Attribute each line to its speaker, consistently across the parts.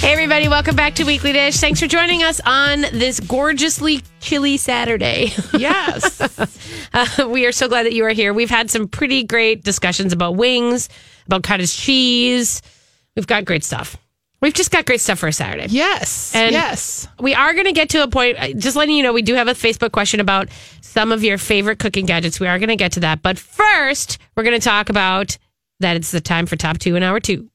Speaker 1: Hey, everybody, welcome back to Weekly Dish. Thanks for joining us on this gorgeously chilly Saturday.
Speaker 2: Yes.
Speaker 1: Uh, we are so glad that you are here. We've had some pretty great discussions about wings, about cottage cheese. We've got great stuff. We've just got great stuff for a Saturday.
Speaker 2: yes.
Speaker 1: And-
Speaker 2: yes.
Speaker 1: We are going to get to a point, uh, just letting you know, we do have a Facebook question about some of your favorite cooking gadgets. We are going to get to that. But first, we're going to talk about that it's the time for top two in hour two.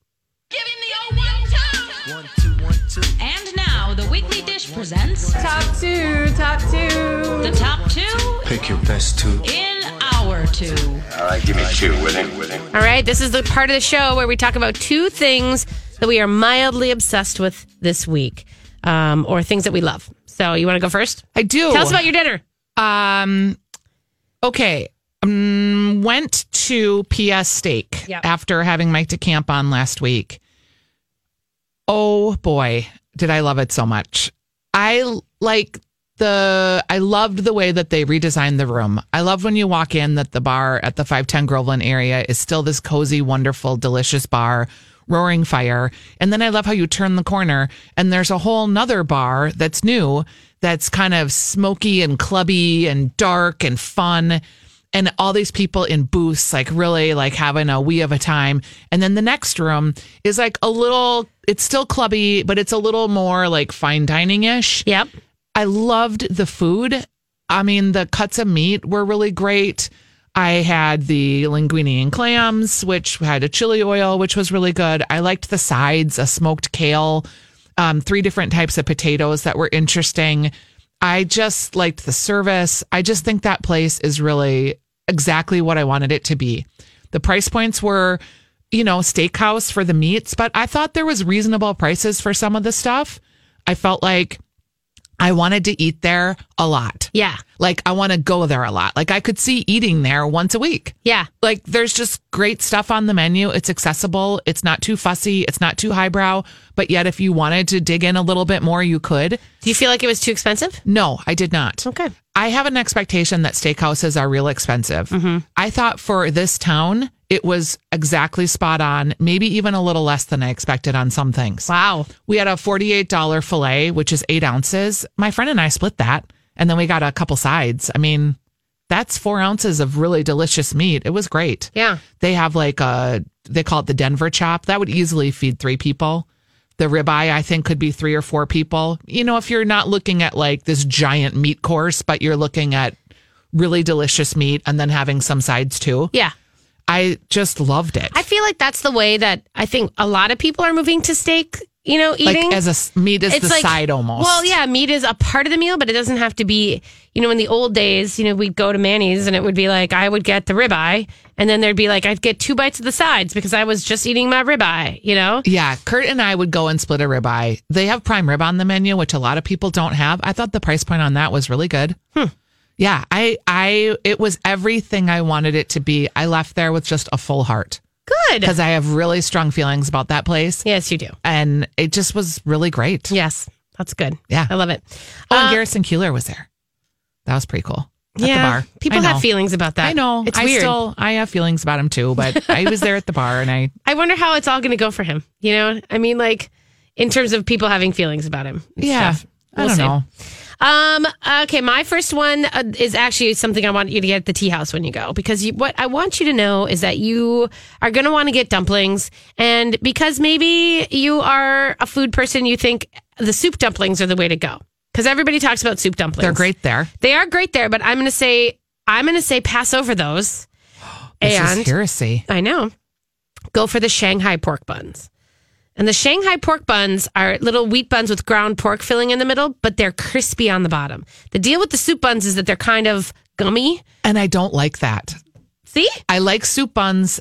Speaker 3: Give him the old one two. One two one two. And now the weekly dish presents top two, top two. The top two
Speaker 4: Pick your best two.
Speaker 3: in our two.
Speaker 4: All right, give me two with it, with it.
Speaker 1: All right, this is the part of the show where we talk about two things that we are mildly obsessed with this week, um, or things that we love. So, you want to go first?
Speaker 2: I do.
Speaker 1: Tell us about your dinner.
Speaker 2: Um, okay. Um, went to PS Steak
Speaker 1: Yep.
Speaker 2: after having Mike DeCamp on last week. Oh boy, did I love it so much. I l- like the I loved the way that they redesigned the room. I love when you walk in that the bar at the 510 Groveland area is still this cozy, wonderful, delicious bar, roaring fire. And then I love how you turn the corner and there's a whole nother bar that's new that's kind of smoky and clubby and dark and fun and all these people in booths like really like having a we of a time and then the next room is like a little it's still clubby but it's a little more like fine dining ish
Speaker 1: Yep.
Speaker 2: i loved the food i mean the cuts of meat were really great i had the linguine and clams which had a chili oil which was really good i liked the sides a smoked kale um, three different types of potatoes that were interesting. I just liked the service. I just think that place is really exactly what I wanted it to be. The price points were, you know, steakhouse for the meats, but I thought there was reasonable prices for some of the stuff. I felt like I wanted to eat there a lot.
Speaker 1: Yeah.
Speaker 2: Like I want to go there a lot. Like I could see eating there once a week
Speaker 1: Yeah.
Speaker 2: like there's just great stuff on the menu. It's accessible. It's not too fussy. It's not too highbrow. But yet, if you wanted to dig in a little bit more, you could.
Speaker 1: Do you feel like it was too expensive?
Speaker 2: No, I did not.
Speaker 1: Okay.
Speaker 2: I have an expectation that steakhouses are real expensive.
Speaker 1: Mm-hmm.
Speaker 2: I thought for this town, it was exactly spot on, maybe even a little less than I expected on some things.
Speaker 1: Wow.
Speaker 2: We had a $48 filet, which is eight ounces. My friend and I split that. And then we got a couple sides. I mean, that's four ounces of really delicious meat. It was great.
Speaker 1: Yeah.
Speaker 2: They have like a, they call it the Denver chop. That would easily feed three people. The ribeye, I think, could be three or four people. You know, if you're not looking at like this giant meat course, but you're looking at really delicious meat and then having some sides too.
Speaker 1: Yeah.
Speaker 2: I just loved it.
Speaker 1: I feel like that's the way that I think a lot of people are moving to steak, you know,
Speaker 2: like
Speaker 1: eating.
Speaker 2: as a s- meat as the side almost.
Speaker 1: Well, yeah, meat is a part of the meal, but it doesn't have to be. You know, in the old days, you know, we'd go to Manny's and it would be like I would get the ribeye, and then there'd be like I'd get two bites of the sides because I was just eating my ribeye. You know,
Speaker 2: Yeah, Kurt and I would go and split a ribeye. They have prime rib on the menu, which a lot of people don't have. I thought the price point on that was really good.
Speaker 1: Hmm.
Speaker 2: Yeah, I I it was everything I wanted it to be. I left there with just a full heart
Speaker 1: good.
Speaker 2: because I have really strong feelings about that place
Speaker 1: Yes, you do.
Speaker 2: and it just was really great.
Speaker 1: Yes, that's good.
Speaker 2: Yeah.
Speaker 1: I love it.
Speaker 2: Oh, and
Speaker 1: Uh,
Speaker 2: Garrison Keeler was there. That was pretty cool. At
Speaker 1: yeah,
Speaker 2: the bar.
Speaker 1: people
Speaker 2: I know.
Speaker 1: have feelings about that.
Speaker 2: I know.
Speaker 1: It's
Speaker 2: I
Speaker 1: weird.
Speaker 2: still I have feelings about him too, but I was there at the bar and I
Speaker 1: I wonder how it's all going to go for him. You know, I mean, like in terms of people having feelings about him. and
Speaker 2: yeah,
Speaker 1: stuff.
Speaker 2: I
Speaker 1: We'll
Speaker 2: don't
Speaker 1: see.
Speaker 2: know.
Speaker 1: Um. Okay, my first one uh, is actually something I want you to get at the tea house when you go because you, what I want you to know is that you are going to want to get dumplings, and because maybe you are a food person, you think the soup dumplings are the way to go because everybody talks about soup dumplings.
Speaker 2: They're great there.
Speaker 1: They are great there, but I'm going to say I'm going to say pass over those.
Speaker 2: This
Speaker 1: and
Speaker 2: is heresy.
Speaker 1: I know. Go for the Shanghai pork buns. And the Shanghai pork buns are little wheat buns with ground pork filling in the middle, but they're crispy on the bottom. The deal with the soup buns is that they're kind of gummy.
Speaker 2: And I don't like that.
Speaker 1: See?
Speaker 2: I like soup buns.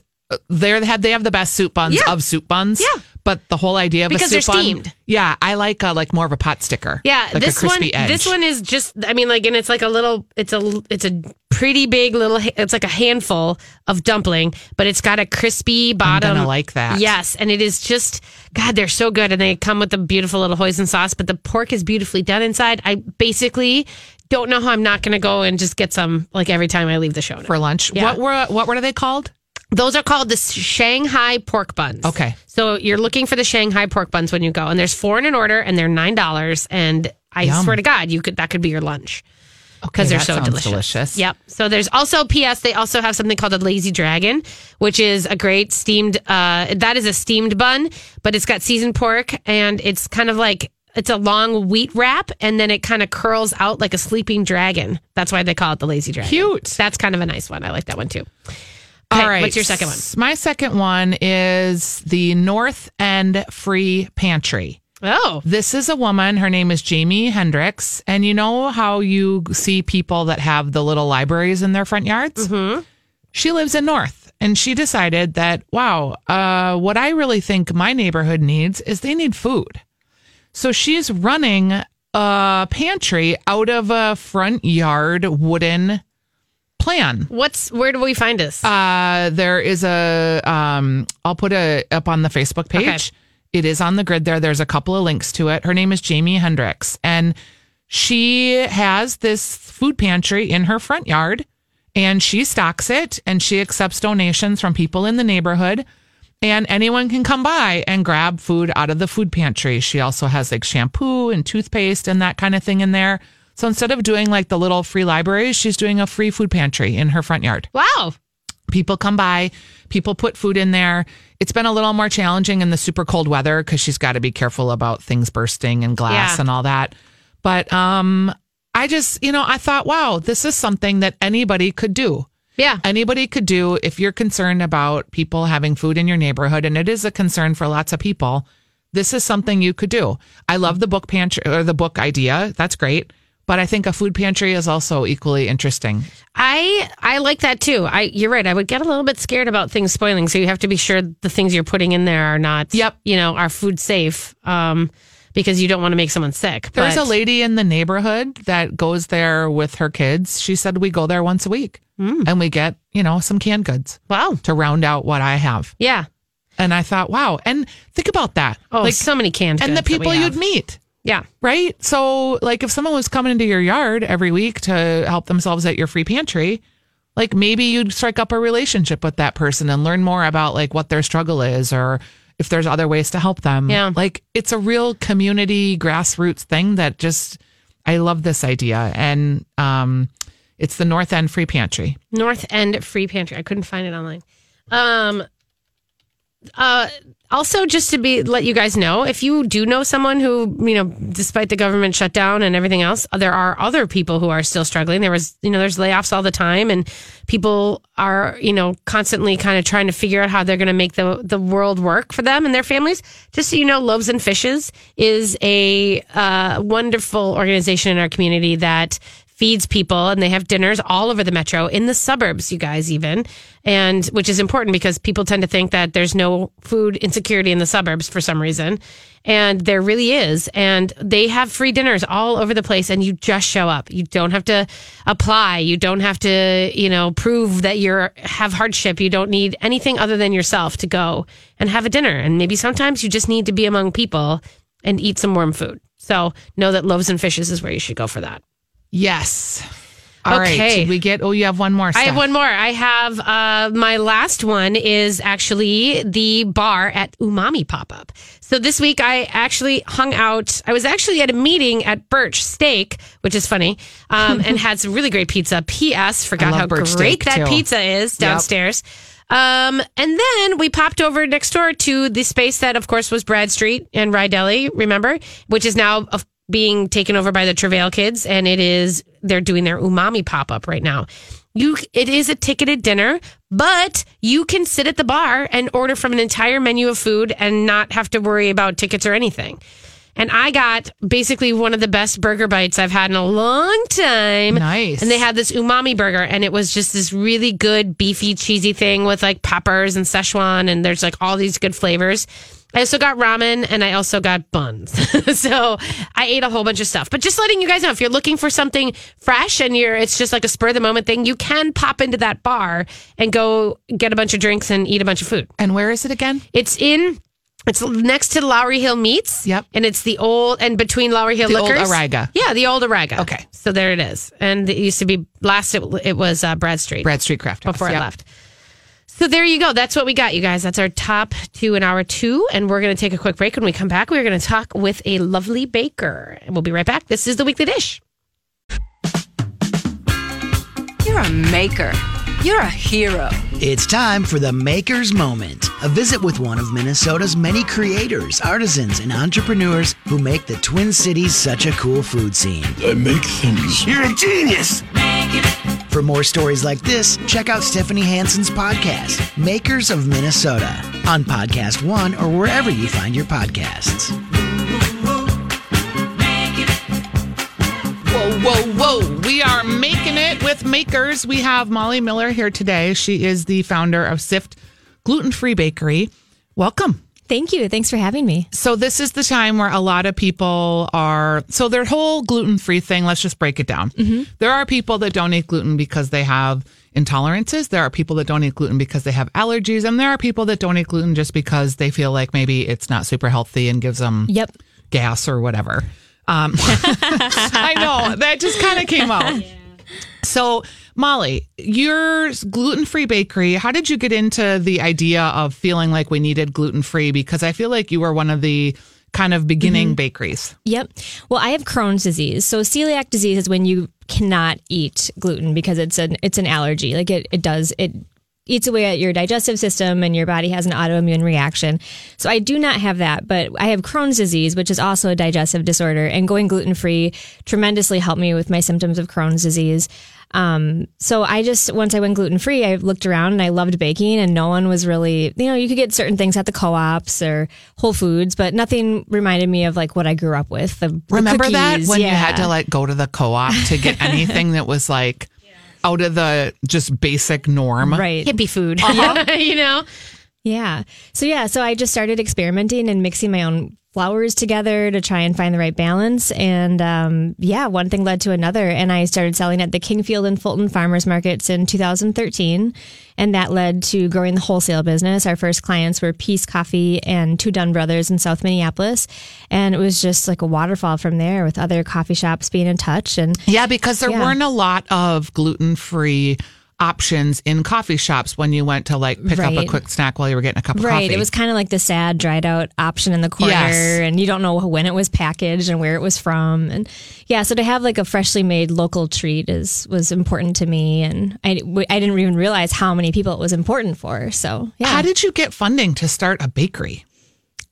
Speaker 2: They have they have the best soup buns
Speaker 1: Yeah.
Speaker 2: of soup buns.
Speaker 1: Yeah.
Speaker 2: but the whole idea of
Speaker 1: Because
Speaker 2: a
Speaker 1: they're
Speaker 2: souffle-
Speaker 1: steamed.
Speaker 2: Yeah, I like uh, like more of a pot sticker.
Speaker 1: Yeah,
Speaker 2: like
Speaker 1: this
Speaker 2: a crispy
Speaker 1: one,
Speaker 2: edge.
Speaker 1: this one is just. I mean, like, and it's like a little. It's a. It's a pretty big little. ha- It's like a handful of dumpling, but it's got a crispy bottom.
Speaker 2: gonna like that.
Speaker 1: Yes, and it is just. God, they're so good, and they come with a beautiful little hoisin sauce. But the pork is beautifully done inside. I basically don't know how I'm not going to go and just get some like every time I leave the show.
Speaker 2: for lunch.
Speaker 1: Yeah.
Speaker 2: What were what were they called?
Speaker 1: Those are called the Shanghai pork buns.
Speaker 2: Okay.
Speaker 1: So you're looking for the Shanghai pork buns when you go, and there's four in an order, and they're nine dollars. And I
Speaker 2: Yum.
Speaker 1: swear to God, you could that could be your lunch because
Speaker 2: Okay,
Speaker 1: they're
Speaker 2: that
Speaker 1: so
Speaker 2: sounds
Speaker 1: delicious.
Speaker 2: delicious.
Speaker 1: Yep. So there's also P.S. They also have something called a lazy dragon, which is a great steamed. Uh, that is a steamed bun, but it's got seasoned pork, and it's kind of like it's a long wheat wrap, and then it kind of curls out like a sleeping dragon. That's why they call it the lazy dragon.
Speaker 2: Cute.
Speaker 1: That's kind of a nice one. I like that one too.
Speaker 2: All right.
Speaker 1: What's your second one?
Speaker 2: My second one is the North End Free Pantry.
Speaker 1: Oh,
Speaker 2: This is a woman. Her name is Jamie Hendricks. And you know how you see people that have the little libraries in their front yards? Mm-hmm. She lives in North. And she decided that, wow, uh, what I really think my neighborhood needs is they need food. So she's running a pantry out of a front yard wooden plan.
Speaker 1: What's where do we find this?
Speaker 2: Uh, there is a um, I'll put it up on the Facebook page.
Speaker 1: Okay.
Speaker 2: It is on the grid there. There's a couple of links to it. Her name is Jamie Hendricks, and she has this food pantry in her front yard, and she stocks it, and she accepts donations from people in the neighborhood. And anyone can come by and grab food out of the food pantry. She also has like shampoo and toothpaste and that kind of thing in there. So instead of doing like the little free libraries, she's doing a free food pantry in her front yard
Speaker 1: wow.
Speaker 2: people come by people put food in there it's been a little more challenging in the super cold weather because she's got to be careful about things bursting and glass
Speaker 1: Yeah.
Speaker 2: and all that but um i just you know i thought wow this is something that anybody could do
Speaker 1: Yeah.
Speaker 2: anybody could do if you're concerned about people having food in your neighborhood and it is a concern for lots of people this is something you could do i love the book pantry or the book idea that's great but i think a food pantry is also equally interesting
Speaker 1: I I like that too. I you're right. I would get a little bit scared about things spoiling, so you have to be sure the things you're putting in there are not
Speaker 2: Yep.
Speaker 1: you know, are food safe. Um because you don't want to make someone sick.
Speaker 2: There's
Speaker 1: But-
Speaker 2: a lady in the neighborhood that goes there with her kids. She said we go there once a week and we get, you know, some canned goods
Speaker 1: Hmm. Wow.
Speaker 2: to round out what I have.
Speaker 1: Yeah.
Speaker 2: And I thought, wow. And think about that.
Speaker 1: Oh,
Speaker 2: like,
Speaker 1: so many canned
Speaker 2: and the
Speaker 1: goods that we
Speaker 2: people you'd
Speaker 1: have.
Speaker 2: meet,
Speaker 1: Yeah.
Speaker 2: right? So, like, if someone was coming into your yard every week to help themselves at your free pantry, like maybe you'd strike up a relationship with that person and learn more about like what their struggle is or if there's other ways to help them.
Speaker 1: Yeah.
Speaker 2: Like it's a real community grassroots thing that just I love this idea. And um it's the North End Free Pantry.
Speaker 1: North End Free Pantry. I couldn't find it online. Um uh also just to be let you guys know if you do know someone who you know despite the government shutdown and everything else there are other people who are still struggling there was you know there's layoffs all the time and people are you know constantly kind of trying to figure out how they're going to make the the world work for them and their families just so you know loaves and fishes is a uh, wonderful organization in our community that feeds people and they have dinners all over the metro in the suburbs you guys even and which is important because people tend to think that there's no food insecurity in the suburbs for some reason and there really is and they have free dinners all over the place and you just show up you don't have to apply you don't have to you know prove that you're have hardship you don't need anything other than yourself to go and have a dinner and maybe sometimes you just need to be among people and eat some warm food so know that loaves and fishes is where you should go for that
Speaker 2: Yes. All right.
Speaker 1: Okay.
Speaker 2: Did we get oh you have one more.
Speaker 1: I have
Speaker 2: Steph.
Speaker 1: one more. I have uh, my last one is actually the bar at Umami Pop Up. So this week I actually hung out. I was actually at a meeting at Birch Steak, which is funny, um, and had some really great pizza. P.S. Forgot
Speaker 2: love
Speaker 1: how
Speaker 2: Birch
Speaker 1: great
Speaker 2: Steak,
Speaker 1: that
Speaker 2: too.
Speaker 1: pizza is downstairs. Um, and then we popped over next door to the space that, of course, was Bradstreet and Rydeli, remember, which is now of being taken over by the Travail kids. And it is, they're doing their umami pop up right now. You, it is a ticketed dinner, but you can sit at the bar and order from an entire menu of food and not have to worry about tickets or anything. And I got basically one of the best burger bites I've had in a long time.
Speaker 2: Nice.
Speaker 1: And they had this umami burger, and it was just this really good, beefy, cheesy thing with like peppers and Szechuan, and there's like all these good flavors. I also got ramen and I also got buns. so I ate a whole bunch of stuff. But just letting you guys know, if you're looking for something fresh and you're, it's just like a spur of the moment thing, you can pop into that bar and go get a bunch of drinks and eat a bunch of food.
Speaker 2: And where is it again?
Speaker 1: It's in. It's next to Lowry Hill Meats.
Speaker 2: Yep.
Speaker 1: And it's the old and between Lowry Hill
Speaker 2: The old
Speaker 1: Liquors.
Speaker 2: Auriga.
Speaker 1: Yeah, the old Ariga.
Speaker 2: Okay.
Speaker 1: So there it is. And it used to be last it, it was uh, Bradstreet
Speaker 2: Bradstreet Craft House.
Speaker 1: before I
Speaker 2: Yep.
Speaker 1: left. So there you go. That's what we got, you guys. That's our top two in hour two. And we're going to take a quick break. When we come back, we're going to talk with a lovely baker. And we'll be right back. This is the Weekly Dish.
Speaker 5: You're a maker. You're a hero.
Speaker 6: It's time for the Maker's Moment, a visit with one of Minnesota's many creators, artisans, and entrepreneurs who make the Twin Cities such a cool food scene.
Speaker 7: I make things.
Speaker 4: You're a genius!
Speaker 6: For more stories like this, check out Stephanie Hansen's podcast, Makers of Minnesota, on Podcast One or wherever you find your podcasts.
Speaker 2: Whoa, whoa, whoa. We are making it with makers. We have Molly Miller here today. She is the founder of Sift Gluten Free Bakery. Welcome.
Speaker 8: Thank you. Thanks for having me.
Speaker 2: So this is the time where a lot of people are so their whole gluten free thing. Let's just break it down. There are people that don't eat gluten because they have intolerances. There are people that don't eat gluten because they have allergies, and there are people that don't eat gluten just because they feel like maybe it's not super healthy and gives them
Speaker 8: Yep.
Speaker 2: gas or whatever. Um, I know that just kind of came out. So, Molly, your gluten free bakery, how did you get into the idea of feeling like we needed gluten free? Because I feel like you were one of the kind of beginning
Speaker 8: Mm-hmm.
Speaker 2: bakeries.
Speaker 8: Yep. Well, I have Crohn's disease. So celiac disease is when you cannot eat gluten because it's an it's an allergy. Like it, it does it eats away at your digestive system and your body has an autoimmune reaction. So I do not have that, but I have Crohn's disease, which is also a digestive disorder, and going gluten free tremendously helped me with my symptoms of Crohn's disease. Um, so I just once I went gluten free, I looked around and I loved baking, and no one was really, you know, you could get certain things at the co-ops or Whole Foods, but nothing reminded me of like what I grew up with. The, the
Speaker 2: Remember that
Speaker 8: cookies.
Speaker 2: when you
Speaker 8: Yeah.
Speaker 2: had to like go to the co op to get anything that was like out of the just basic norm?
Speaker 8: right?
Speaker 1: Hippie food. Uh-huh. you know?
Speaker 8: Yeah. So yeah, so I just started experimenting and mixing my own flours together to try and find the right balance. And um, yeah, one thing led to another, and I started selling at the Kingfield and Fulton farmers markets in 2013, and that led to growing the wholesale business. Our first clients were Peace Coffee and Two Dunn Brothers in South Minneapolis, and it was just like a waterfall from there, with other coffee shops being in touch and.
Speaker 2: Yeah, because there
Speaker 8: Yeah.
Speaker 2: weren't a lot of gluten free options in coffee shops when you went to like pick up a
Speaker 8: Right.
Speaker 2: quick snack while you were getting a cup of
Speaker 8: Right.
Speaker 2: coffee.
Speaker 8: It was kind of like the sad, dried out option in the corner,
Speaker 2: Yes.
Speaker 8: and you don't know when it was packaged and where it was from. And yeah, so to have like a freshly made local treat is was important to me, and I, w- I didn't even realize how many people it was important for. So yeah,
Speaker 2: How did you get funding to start a bakery?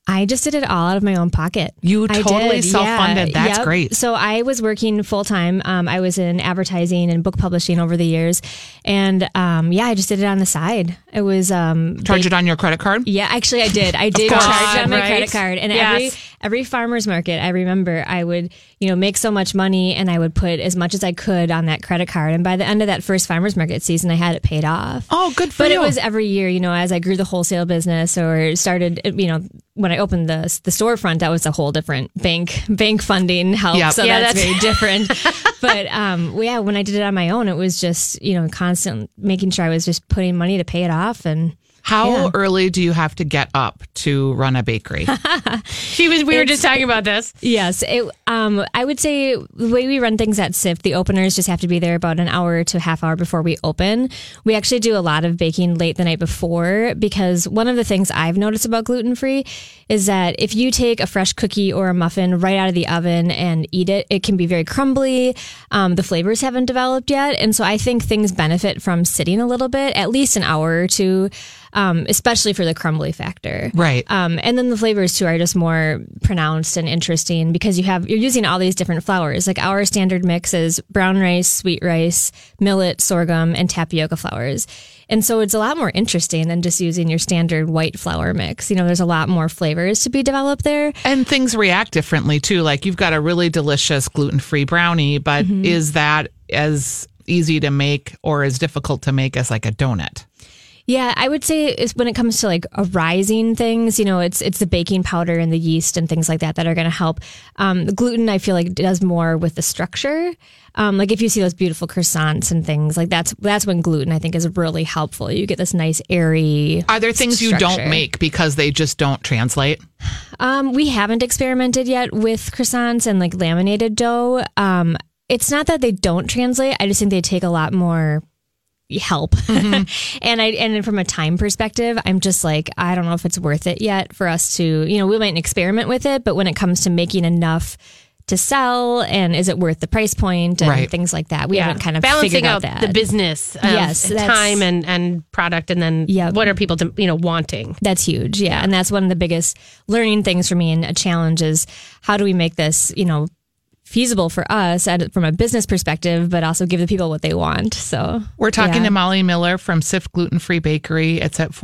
Speaker 8: I just did it all out of my own pocket.
Speaker 2: You
Speaker 8: I
Speaker 2: totally
Speaker 8: did,
Speaker 2: self-funded. That's
Speaker 8: Yep.
Speaker 2: great.
Speaker 8: So I was working full time. Um, I was in advertising and book publishing over the years, and um, yeah, I just did it on the side. It was um,
Speaker 2: Charge it on your credit card?
Speaker 8: Yeah, actually, I did. I did
Speaker 2: course.
Speaker 8: charge on my
Speaker 1: Right?
Speaker 8: credit card, and
Speaker 1: Yes.
Speaker 8: every every farmers market, I remember I would you know make so much money, and I would put as much as I could on that credit card. And by the end of that first farmers market season, I had it paid off.
Speaker 2: Oh, good for
Speaker 8: but
Speaker 2: you.
Speaker 8: it was every year, you know, as I grew the wholesale business or started, you know, when I opened the the storefront, that was a whole different bank bank funding help.
Speaker 2: Yep.
Speaker 8: So
Speaker 1: Yeah,
Speaker 8: that's,
Speaker 1: that's-
Speaker 8: very different. but um, well, yeah, when I did it on my own, it was just you know constant making sure I was just putting money to pay it off and.
Speaker 2: How
Speaker 8: Yeah.
Speaker 2: early do you have to get up to run a bakery?
Speaker 1: She was, we were just talking about this.
Speaker 8: Yes, it, um, I would say the way we run things at SIF, the openers just have to be there about an hour to a half hour before we open. We actually do a lot of baking late the night before because one of the things I've noticed about gluten free is that if you take a fresh cookie or a muffin right out of the oven and eat it, it can be very crumbly. Um, the flavors haven't developed yet, and so I think things benefit from sitting a little bit, at least an hour or two, um, especially for the crumbly factor.
Speaker 2: Right.
Speaker 8: Um, and then the flavors too are just more pronounced and interesting because you have you're using all these different flours. Like our standard mix is brown rice, sweet rice, millet, sorghum, and tapioca flours. And so it's a lot more interesting than just using your standard white flour mix. You know, there's a lot more flavors to be developed there.
Speaker 2: and things react differently too. Like you've got a really delicious gluten free brownie, but
Speaker 8: Mm-hmm.
Speaker 2: is that as easy to make or as difficult to make as like a donut?
Speaker 8: Yeah, I would say is when it comes to like a rising things, you know, it's it's the baking powder and the yeast and things like that that are going to help. Um, the gluten, I feel like, does more with the structure. Um, like if you see those beautiful croissants and things like that's that's when gluten I think is really helpful. You get this nice airy.
Speaker 2: Are there things you don't
Speaker 8: structure.
Speaker 2: make because they just don't translate?
Speaker 8: Um, we haven't experimented yet with croissants and like laminated dough. Um, it's not that they don't translate. I just think they take a lot more help. and I and then from a time perspective, I'm just like I don't know if it's worth it yet for us to, you know, we might experiment with it, but when it comes to making enough to sell and is it worth the price point and
Speaker 2: Right.
Speaker 8: things like that, we haven't kind of
Speaker 1: balancing
Speaker 8: figured
Speaker 1: out
Speaker 8: out that.
Speaker 1: the business, of
Speaker 8: Yes, that's-
Speaker 1: time and and product, and then
Speaker 8: Yeah.
Speaker 1: what are people you know wanting?
Speaker 8: That's huge. Yeah. And that's one of the biggest learning things for me and a challenge is how do we make this, you know, feasible for us at, from a business perspective, but also give the people what they want. So
Speaker 2: We're talking
Speaker 8: Yeah.
Speaker 2: to Molly Miller from Sift Gluten Free Bakery. It's at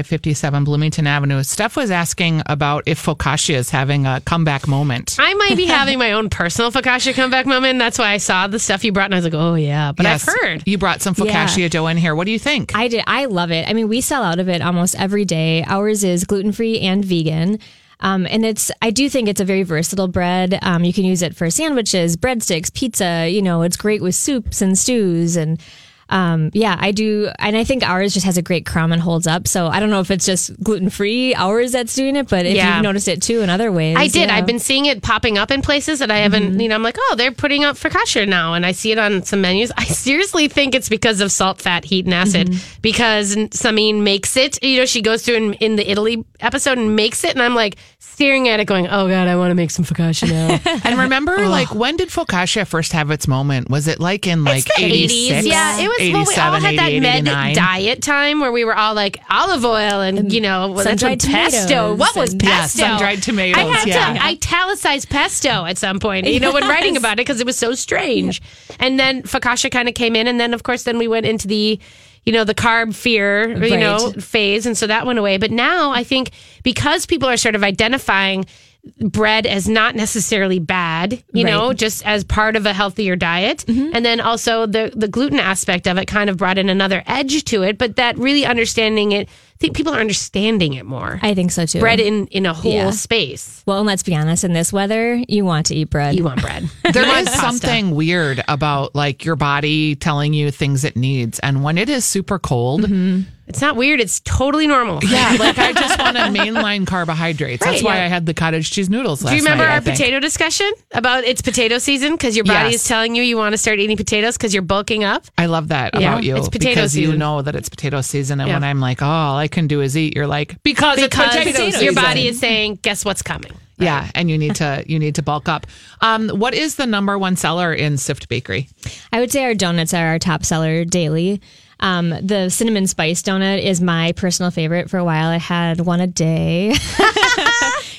Speaker 2: 4557 Bloomington Avenue. Steph was asking about if focaccia is having a comeback moment.
Speaker 1: I might be having my own personal focaccia comeback moment. That's why I saw the stuff you brought, and I was like, oh yeah. But
Speaker 2: Yes,
Speaker 1: I've heard
Speaker 2: You brought some focaccia dough in here. What do you think?
Speaker 8: I did. I love it. I mean, we sell out of it almost every day. Ours is gluten free and vegan. Um, and it's, I do think it's a very versatile bread. Um, you can use it for sandwiches, breadsticks, pizza. You know, it's great with soups and stews. And um, yeah, I do. And I think ours just has a great crumb and holds up. So I don't know if it's just gluten free ours that's doing it, but if
Speaker 1: Yeah.
Speaker 8: you've noticed it too in other ways.
Speaker 1: I did.
Speaker 8: yeah. Mm-hmm.
Speaker 1: I've been seeing it popping up in places that I haven't. You know, I'm like, oh, they're putting up focaccia now, and I see it on some menus. I seriously think it's because of salt, fat, heat, and acid.
Speaker 8: Mm-hmm.
Speaker 1: Because Samine makes it. You know, she goes through in, in the Italy episode and makes it, and I'm like staring at it, going, oh god, I want to make some focaccia now.
Speaker 2: and remember, like, when did focaccia first have its moment? Was it like in like
Speaker 1: the
Speaker 2: 86?
Speaker 1: Yeah, it was. Well, we all
Speaker 2: 87,
Speaker 1: had that
Speaker 2: 88,
Speaker 1: med
Speaker 2: 89?
Speaker 1: diet time where we were all like olive oil and, you know well, that's when
Speaker 8: sun-dried
Speaker 1: pesto.
Speaker 8: tomatoes
Speaker 1: What was
Speaker 8: and-
Speaker 1: pesto?
Speaker 8: Yeah,
Speaker 2: sun-dried tomatoes,
Speaker 1: I had
Speaker 2: yeah.
Speaker 1: to italicize pesto at some point. You know, when writing about it because it was so strange. And then focaccia kind of came in, and then of course, then we went into the. You know, the carb fear, you
Speaker 8: Right.
Speaker 1: know, phase. And so that went away. But now I think because people are sort of identifying bread as not necessarily bad, you
Speaker 8: Right.
Speaker 1: know, just as part of a healthier diet. And then also the the gluten aspect of it kind of brought in another edge to it, but that really understanding it, I think people are understanding it more.
Speaker 8: I think so too.
Speaker 1: bread in in a whole
Speaker 8: Yeah.
Speaker 1: space.
Speaker 8: well, and let's be honest, in this weather, you want to eat bread.
Speaker 1: You want bread.
Speaker 2: There
Speaker 1: Not
Speaker 2: is
Speaker 1: pasta.
Speaker 2: something weird about like your body telling you things it needs. And when it is super cold,
Speaker 1: Mm-hmm. It's not weird, it's totally normal.
Speaker 2: yeah, like I just want to mainline carbohydrates. That's
Speaker 1: Right,
Speaker 2: why
Speaker 1: yeah.
Speaker 2: I had the cottage cheese noodles last
Speaker 1: Do you remember
Speaker 2: night, I
Speaker 1: our
Speaker 2: think.
Speaker 1: potato discussion about it's potato season because your body
Speaker 2: Yes.
Speaker 1: is telling you you want to start eating potatoes because you're bulking up?
Speaker 2: I love that
Speaker 1: Yeah.
Speaker 2: about you.
Speaker 1: It's potato
Speaker 2: because you
Speaker 1: season.
Speaker 2: know that it's potato season. And
Speaker 1: Yeah.
Speaker 2: when I'm like, oh, all I can do is eat, you're like, because,
Speaker 1: Because
Speaker 2: it's potato
Speaker 1: your
Speaker 2: season.
Speaker 1: body is saying, guess what's coming?
Speaker 2: Yeah, and you need to you need to bulk up. Um, what is the number one seller in Sift Bakery?
Speaker 8: I would say our donuts are our top seller daily. Um, the cinnamon spice donut is my personal favorite for a while. I had one a day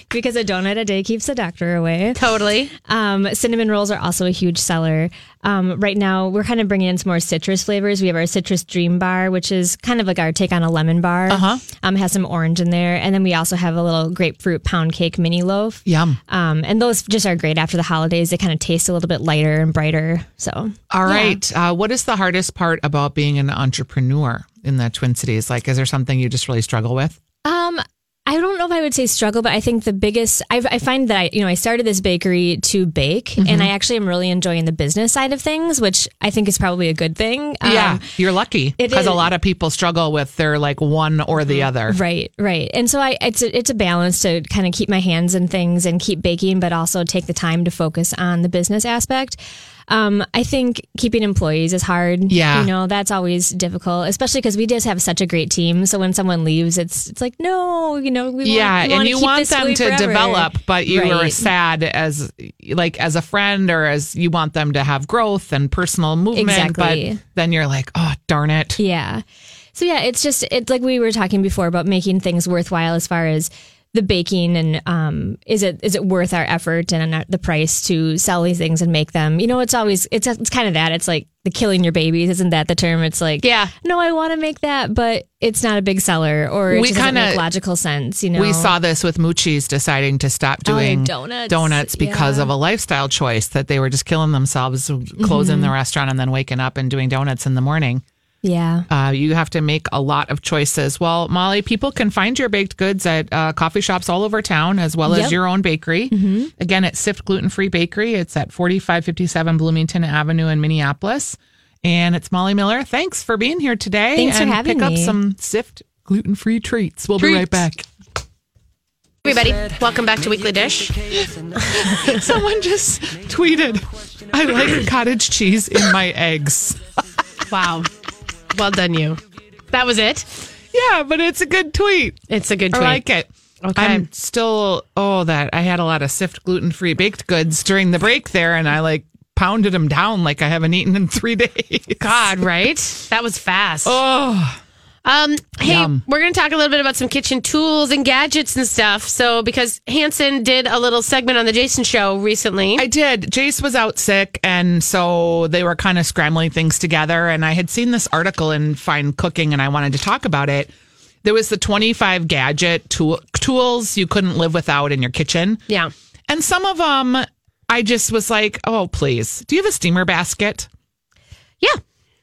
Speaker 8: because a donut a day keeps the doctor away.
Speaker 1: Totally.
Speaker 8: Um, cinnamon rolls are also a huge seller. Um, right now, we're kind of bringing in some more citrus flavors. We have our citrus dream bar, which is kind of like our take on a lemon bar. Uh-huh. Um, has some orange in there, and then we also have a little grapefruit pound cake mini loaf.
Speaker 2: Yum.
Speaker 8: Um, and those just are great after the holidays. They kind of taste a little bit lighter and brighter. So
Speaker 2: All right. Uh, what is the hardest part about being an entrepreneur in the Twin Cities? Like, is there something you just really struggle with?
Speaker 8: Um, I don't know if I would say struggle, but I think the biggest I, I find that I, you know, I started this bakery to bake, and
Speaker 2: Mm-hmm.
Speaker 8: I actually am really enjoying the business side of things, which I think is probably a good thing. Um,
Speaker 2: you're lucky
Speaker 8: it
Speaker 2: because a
Speaker 8: is-
Speaker 2: lot of people struggle with their like one or the other.
Speaker 8: Right, right. And so I it's a, it's a balance to kind of keep my hands in things and keep baking but also take the time to focus on the business aspect. Um, I think keeping employees is hard.
Speaker 2: Yeah.
Speaker 8: You know, that's always difficult, especially because we just have such a great team. So when someone leaves, it's it's like, no, you know, we
Speaker 2: Yeah,
Speaker 8: want, we
Speaker 2: and you
Speaker 8: keep
Speaker 2: want
Speaker 8: this
Speaker 2: them
Speaker 8: way
Speaker 2: to
Speaker 8: forever.
Speaker 2: develop, but you are
Speaker 8: Right.
Speaker 2: sad as like as a friend or as you want them to have growth and personal movement.
Speaker 8: Exactly.
Speaker 2: But then you're like, oh darn it.
Speaker 8: Yeah. So yeah, it's just it's like we were talking before about making things worthwhile as far as the baking and um, is it is it worth our effort and uh, the price to sell these things and make them? You know, it's always it's it's kind of that. It's like the killing your babies, isn't that the term? It's like
Speaker 1: Yeah.
Speaker 8: no, I want to make that, but it's not a big seller or it
Speaker 2: We
Speaker 8: just doesn't
Speaker 2: kinda-
Speaker 8: make logical sense. You know,
Speaker 2: We saw this with Moochie's deciding to stop
Speaker 8: Oh, their
Speaker 2: doing
Speaker 8: donuts,
Speaker 2: because
Speaker 8: yeah.
Speaker 2: of a lifestyle
Speaker 8: Mm-hmm.
Speaker 2: choice that they were just killing themselves, closing the restaurant and then waking up and doing donuts in the morning.
Speaker 8: Yeah.
Speaker 2: Uh, you have to make a lot of choices. Well, Molly, people can find your baked goods at uh, coffee shops all over town, as well as
Speaker 8: Yep. Mm-hmm.
Speaker 2: your own bakery. Again, at Sift Gluten Free Bakery. It's at 4557 Bloomington Avenue in Minneapolis. And it's Molly Miller. Thanks for being here today.
Speaker 8: Thanks for
Speaker 2: and
Speaker 8: having
Speaker 2: pick up
Speaker 8: me.
Speaker 2: some Sift Gluten Free treats. We'll be
Speaker 1: Treats.
Speaker 2: right back.
Speaker 1: Everybody, welcome back to Weekly Dish.
Speaker 2: Someone just tweeted, I like cottage cheese in my eggs.
Speaker 1: Wow. Well done, you. That was it.
Speaker 2: Yeah, but it's a good tweet.
Speaker 1: It's a good
Speaker 2: I
Speaker 1: tweet.
Speaker 2: like it.
Speaker 1: Okay.
Speaker 2: I'm still oh that I had a lot of sift gluten free baked goods during the break there, and I like pounded them down like I haven't eaten in three days.
Speaker 1: God, right? That was fast.
Speaker 2: Oh,
Speaker 1: Um, hey,
Speaker 2: Yum.
Speaker 1: we're going to talk a little bit about some kitchen tools and gadgets and stuff. So, because Hanson did a little segment on the Jason show recently.
Speaker 2: I did. Jace was out sick, and so they were kind of scrambling things together. And I had seen this article in Fine Cooking, and I wanted to talk about it. There was the 25 gadget tool, tools you couldn't live without in your kitchen.
Speaker 1: yeah.
Speaker 2: And some of them, I just was like, oh, please. Do you have a steamer basket?
Speaker 1: Yeah.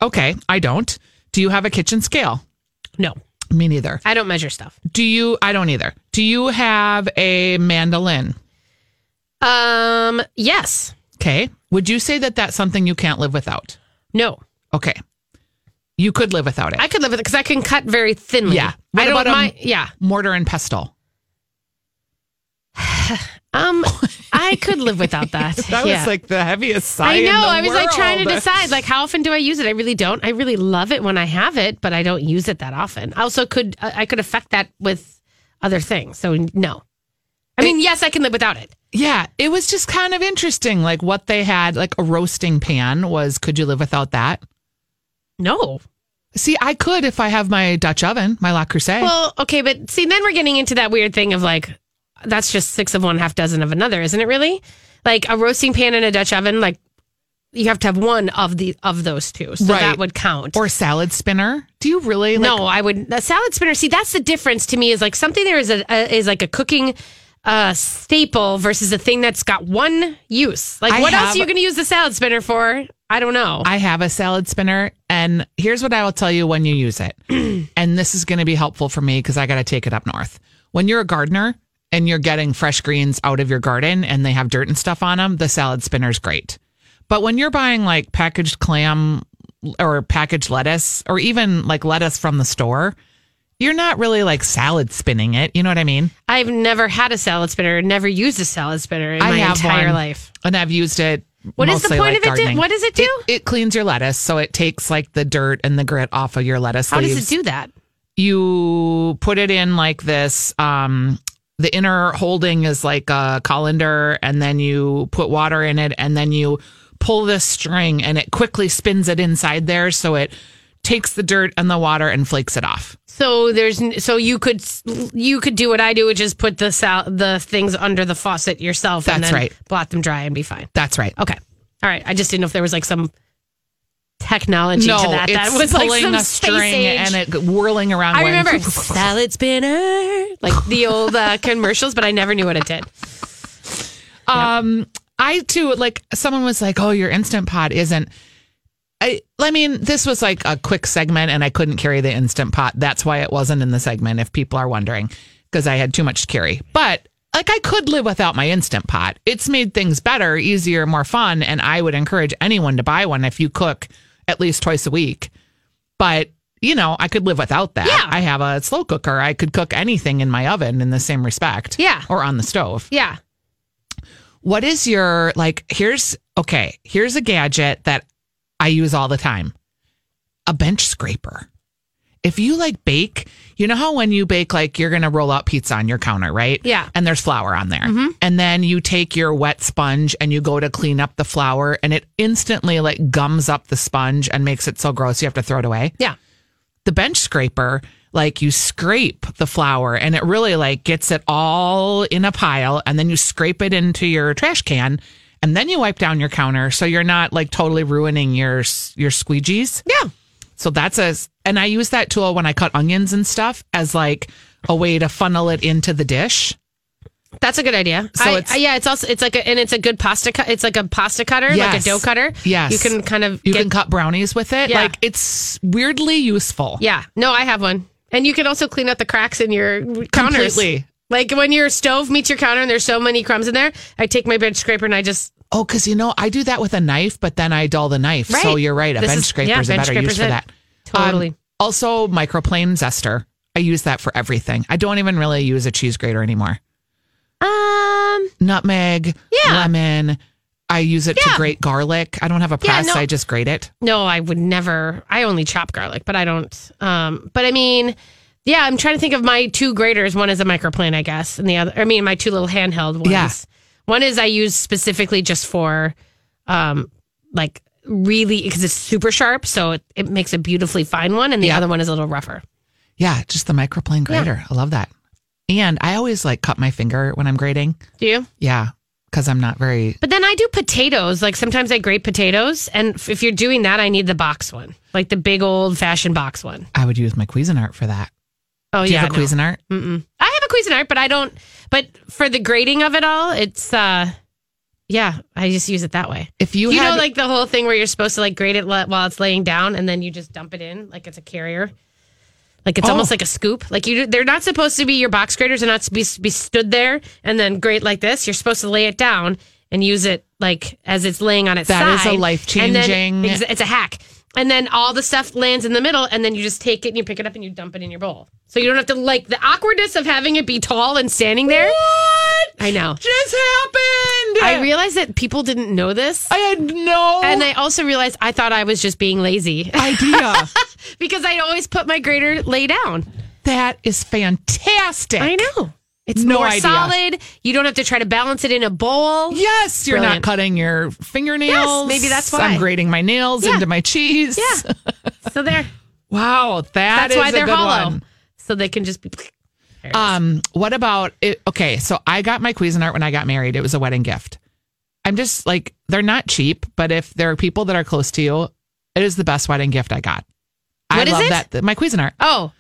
Speaker 2: Okay, I don't. Do you have a kitchen scale?
Speaker 1: No,
Speaker 2: Me neither.
Speaker 1: I don't measure stuff.
Speaker 2: Do you? I don't either. Do you have a mandolin?
Speaker 1: Um, yes.
Speaker 2: Okay. Would you say that that's something you can't live without?
Speaker 1: No.
Speaker 2: Okay. You could live without it.
Speaker 1: I could live with it because I can cut very thinly.
Speaker 2: Yeah.
Speaker 1: I
Speaker 2: What
Speaker 1: don't
Speaker 2: about um, a-
Speaker 1: mind. yeah.
Speaker 2: Mortar and pestle.
Speaker 1: Um, I could live without that.
Speaker 2: That
Speaker 1: yeah.
Speaker 2: was like the heaviest sigh.
Speaker 1: I
Speaker 2: in
Speaker 1: know.
Speaker 2: the
Speaker 1: I was like trying to
Speaker 2: world.
Speaker 1: decide, like, how often do I use it? I really don't. I really love it when I have it, but I don't use it that often. I Also, could uh, I I could affect that with other things? So no. I mean, yes, I can live without it.
Speaker 2: Yeah, it was just kind of interesting. Like what they had, like a roasting pan was. Could you live without that?
Speaker 1: No.
Speaker 2: See, I could if I have my Dutch oven, my La Crusade.
Speaker 1: Well, okay, but see, then we're getting into that weird thing of like, that's just six of one, half dozen of another, isn't it? Really, like a roasting pan and a Dutch oven, like. You have to have one of the of those two, so
Speaker 2: Right.
Speaker 1: that would count.
Speaker 2: or salad spinner. Do you really? Like,
Speaker 1: no, I would a salad spinner. See, that's the difference to me is like something there is a, a is like a cooking uh, staple versus a thing that's got one use. Like
Speaker 2: I
Speaker 1: what else
Speaker 2: have-
Speaker 1: are you going to use the salad spinner for? I don't know.
Speaker 2: I have a salad spinner, and here's what I will tell you when you use it. and this is going to be helpful for me because I got to take it up north. When you're a gardener and you're getting fresh greens out of your garden and they have dirt and stuff on them, the salad spinner's great. But when you're buying like packaged clam or packaged lettuce or even like lettuce from the store, you're not really like salad spinning it. You know what I mean?
Speaker 1: I, have never had a salad spinner, never used a salad spinner in
Speaker 2: I
Speaker 1: my
Speaker 2: have
Speaker 1: entire
Speaker 2: one.
Speaker 1: life.
Speaker 2: and I've used it.
Speaker 1: What is the
Speaker 2: mostly,
Speaker 1: point
Speaker 2: like,
Speaker 1: of it do-
Speaker 2: gardening.
Speaker 1: what does it do?
Speaker 2: It, it cleans your lettuce, so it takes like the dirt and the grit off of your lettuce
Speaker 1: How
Speaker 2: leaves.
Speaker 1: does it do that?
Speaker 2: You put it in like this. Um, the inner holding is like a colander, and then you put water in it, and then you pull this string, and it quickly spins it inside there, so it takes the dirt and the water and flakes it off.
Speaker 1: So there's n- so you could s- you could do what I do, which is put the sal- the things under the faucet yourself and
Speaker 2: That's
Speaker 1: then
Speaker 2: right.
Speaker 1: blot them dry and be fine.
Speaker 2: That's right.
Speaker 1: Okay. All right. I just didn't know if there was like some technology to that that
Speaker 2: it's
Speaker 1: was
Speaker 2: pulling
Speaker 1: like some
Speaker 2: a
Speaker 1: space
Speaker 2: string
Speaker 1: age.
Speaker 2: and it whirling around.
Speaker 1: I
Speaker 2: going-
Speaker 1: remember salad spinner, like the old uh, commercials, but I never knew what it did.
Speaker 2: Um, I too like someone was like, "Oh, your Instant Pot isn't." I, I mean, this was like a quick segment, and I couldn't carry the Instant Pot. That's why it wasn't in the segment. If people are wondering, because I had too much to carry. But like, I could live without my Instant Pot. It's made things better, easier, more fun, and I would encourage anyone to buy one if you cook at least twice a week. But you know, I could live without that.
Speaker 1: Yeah.
Speaker 2: I have a slow cooker. I could cook anything in my oven in the same respect.
Speaker 1: Yeah.
Speaker 2: Or on the stove
Speaker 1: Yeah.
Speaker 2: what is your like here's okay here's a gadget that i use all the time a bench scraper if you like bake you know how when you bake like you're gonna roll out pizza on your counter right
Speaker 1: Yeah. Mm-hmm.
Speaker 2: and there's flour on there and then you take your wet sponge and you go to clean up the flour and it instantly like gums up the sponge and makes it so gross you have to throw it away
Speaker 1: Yeah.
Speaker 2: the bench scraper like you scrape the flour and it really like gets it all in a pile and then you scrape it into your trash can and then you wipe down your counter so you're not like totally ruining your s- your squeegees
Speaker 1: Yeah.
Speaker 2: so that's a and i use that tool when i cut onions and stuff as like a way to funnel it into the dish
Speaker 1: That's a good idea.
Speaker 2: So
Speaker 1: I-
Speaker 2: it's-
Speaker 1: I- yeah, it's also it's like a, and it's a good pasta. Cu- it's like a pasta cutter, like a
Speaker 2: Yes.
Speaker 1: dough cutter.
Speaker 2: Yes.
Speaker 1: you can kind of
Speaker 2: You
Speaker 1: get,
Speaker 2: can cut brownies with it.
Speaker 1: Yeah.
Speaker 2: Like it's weirdly useful.
Speaker 1: Yeah, no, I have one, and you can also clean up the cracks in your counters.
Speaker 2: Completely.
Speaker 1: Like when your stove meets your counter and there's so many crumbs in there, I take my bench scraper and I just
Speaker 2: Oh, because you know I do that with a knife, but then I dull the knife. So
Speaker 1: Right.
Speaker 2: you're right. A
Speaker 1: This
Speaker 2: bench
Speaker 1: is-
Speaker 2: scraper
Speaker 1: yeah,
Speaker 2: is a
Speaker 1: bench
Speaker 2: better
Speaker 1: scraper's
Speaker 2: use for
Speaker 1: it.
Speaker 2: that. Um,
Speaker 1: totally.
Speaker 2: also, microplane zester. I use that for everything. I don't even really use a cheese grater anymore.
Speaker 1: Um,
Speaker 2: Nutmeg,
Speaker 1: Yeah.
Speaker 2: lemon. I use it
Speaker 1: Yeah.
Speaker 2: to grate garlic. I don't have a
Speaker 1: Yeah,
Speaker 2: press.
Speaker 1: no.
Speaker 2: I just grate it.
Speaker 1: no, I would never. I only chop garlic, but I don't. Um, but I mean, yeah, I'm trying to think of my two graters. One is a microplane, I guess, and the other. I mean, my two little handheld ones.
Speaker 2: Yeah.
Speaker 1: One is I use specifically just for, um, like really because it's super sharp, so it, it makes a beautifully fine one, and the
Speaker 2: Yeah.
Speaker 1: other one is a little rougher.
Speaker 2: Yeah, just the microplane grater. I love that. And I always like cut my finger when I'm grating.
Speaker 1: Do you?
Speaker 2: Yeah, because I'm not very.
Speaker 1: But then I do potatoes. Like sometimes I grate potatoes, and f- if you're doing that, I need the box one, like the big old fashioned box one.
Speaker 2: I would use my Cuisinart for that.
Speaker 1: Oh
Speaker 2: Do you
Speaker 1: yeah,
Speaker 2: have a
Speaker 1: no.
Speaker 2: Cuisinart?
Speaker 1: I have a Cuisinart, but I don't. But for the grading of it all, it's uh, yeah, I just use it that way.
Speaker 2: If you,
Speaker 1: You
Speaker 2: had,
Speaker 1: know, like the whole thing where you're supposed to like grate it le- while it's laying down, and then you just dump it in like it's a carrier, like it's
Speaker 2: Oh.
Speaker 1: almost like a scoop. Like you, they're not supposed to be your box graters. They're not to be, be stood there and then grate like this. You're supposed to lay it down and use it like as it's laying on its
Speaker 2: That
Speaker 1: side.
Speaker 2: is a life-changing-
Speaker 1: And then- exa- It's a hack. And then all the stuff lands in the middle, and then you just take it and you pick it up and you dump it in your bowl. So you don't have to like the awkwardness of having it be tall and standing there.
Speaker 2: what
Speaker 1: I know.
Speaker 2: just happened?
Speaker 1: I realized that people didn't know this.
Speaker 2: I had no
Speaker 1: And I also realized I thought I was just being lazy
Speaker 2: idea.
Speaker 1: because I'd always put my grater lay down.
Speaker 2: that is fantastic.
Speaker 1: I know. It's
Speaker 2: No
Speaker 1: more
Speaker 2: idea.
Speaker 1: solid. You don't have to try to balance it in a bowl.
Speaker 2: Yes, you're
Speaker 1: Brilliant.
Speaker 2: not cutting your fingernails.
Speaker 1: Yes, maybe that's why.
Speaker 2: I'm grating my nails
Speaker 1: Yeah.
Speaker 2: into my cheese.
Speaker 1: Yeah. So there.
Speaker 2: Wow, that
Speaker 1: That's
Speaker 2: is
Speaker 1: why
Speaker 2: a
Speaker 1: they're
Speaker 2: good
Speaker 1: hollow.
Speaker 2: one.
Speaker 1: So they can just be There it is.
Speaker 2: Um, what about it? Okay, so I got my Cuisinart when I got married. It was a wedding gift. I'm just like they're not cheap, but if there are people that are close to you, it is the best wedding gift I got.
Speaker 1: What
Speaker 2: I
Speaker 1: is
Speaker 2: love
Speaker 1: it?
Speaker 2: that th- my Cuisinart.
Speaker 1: Oh,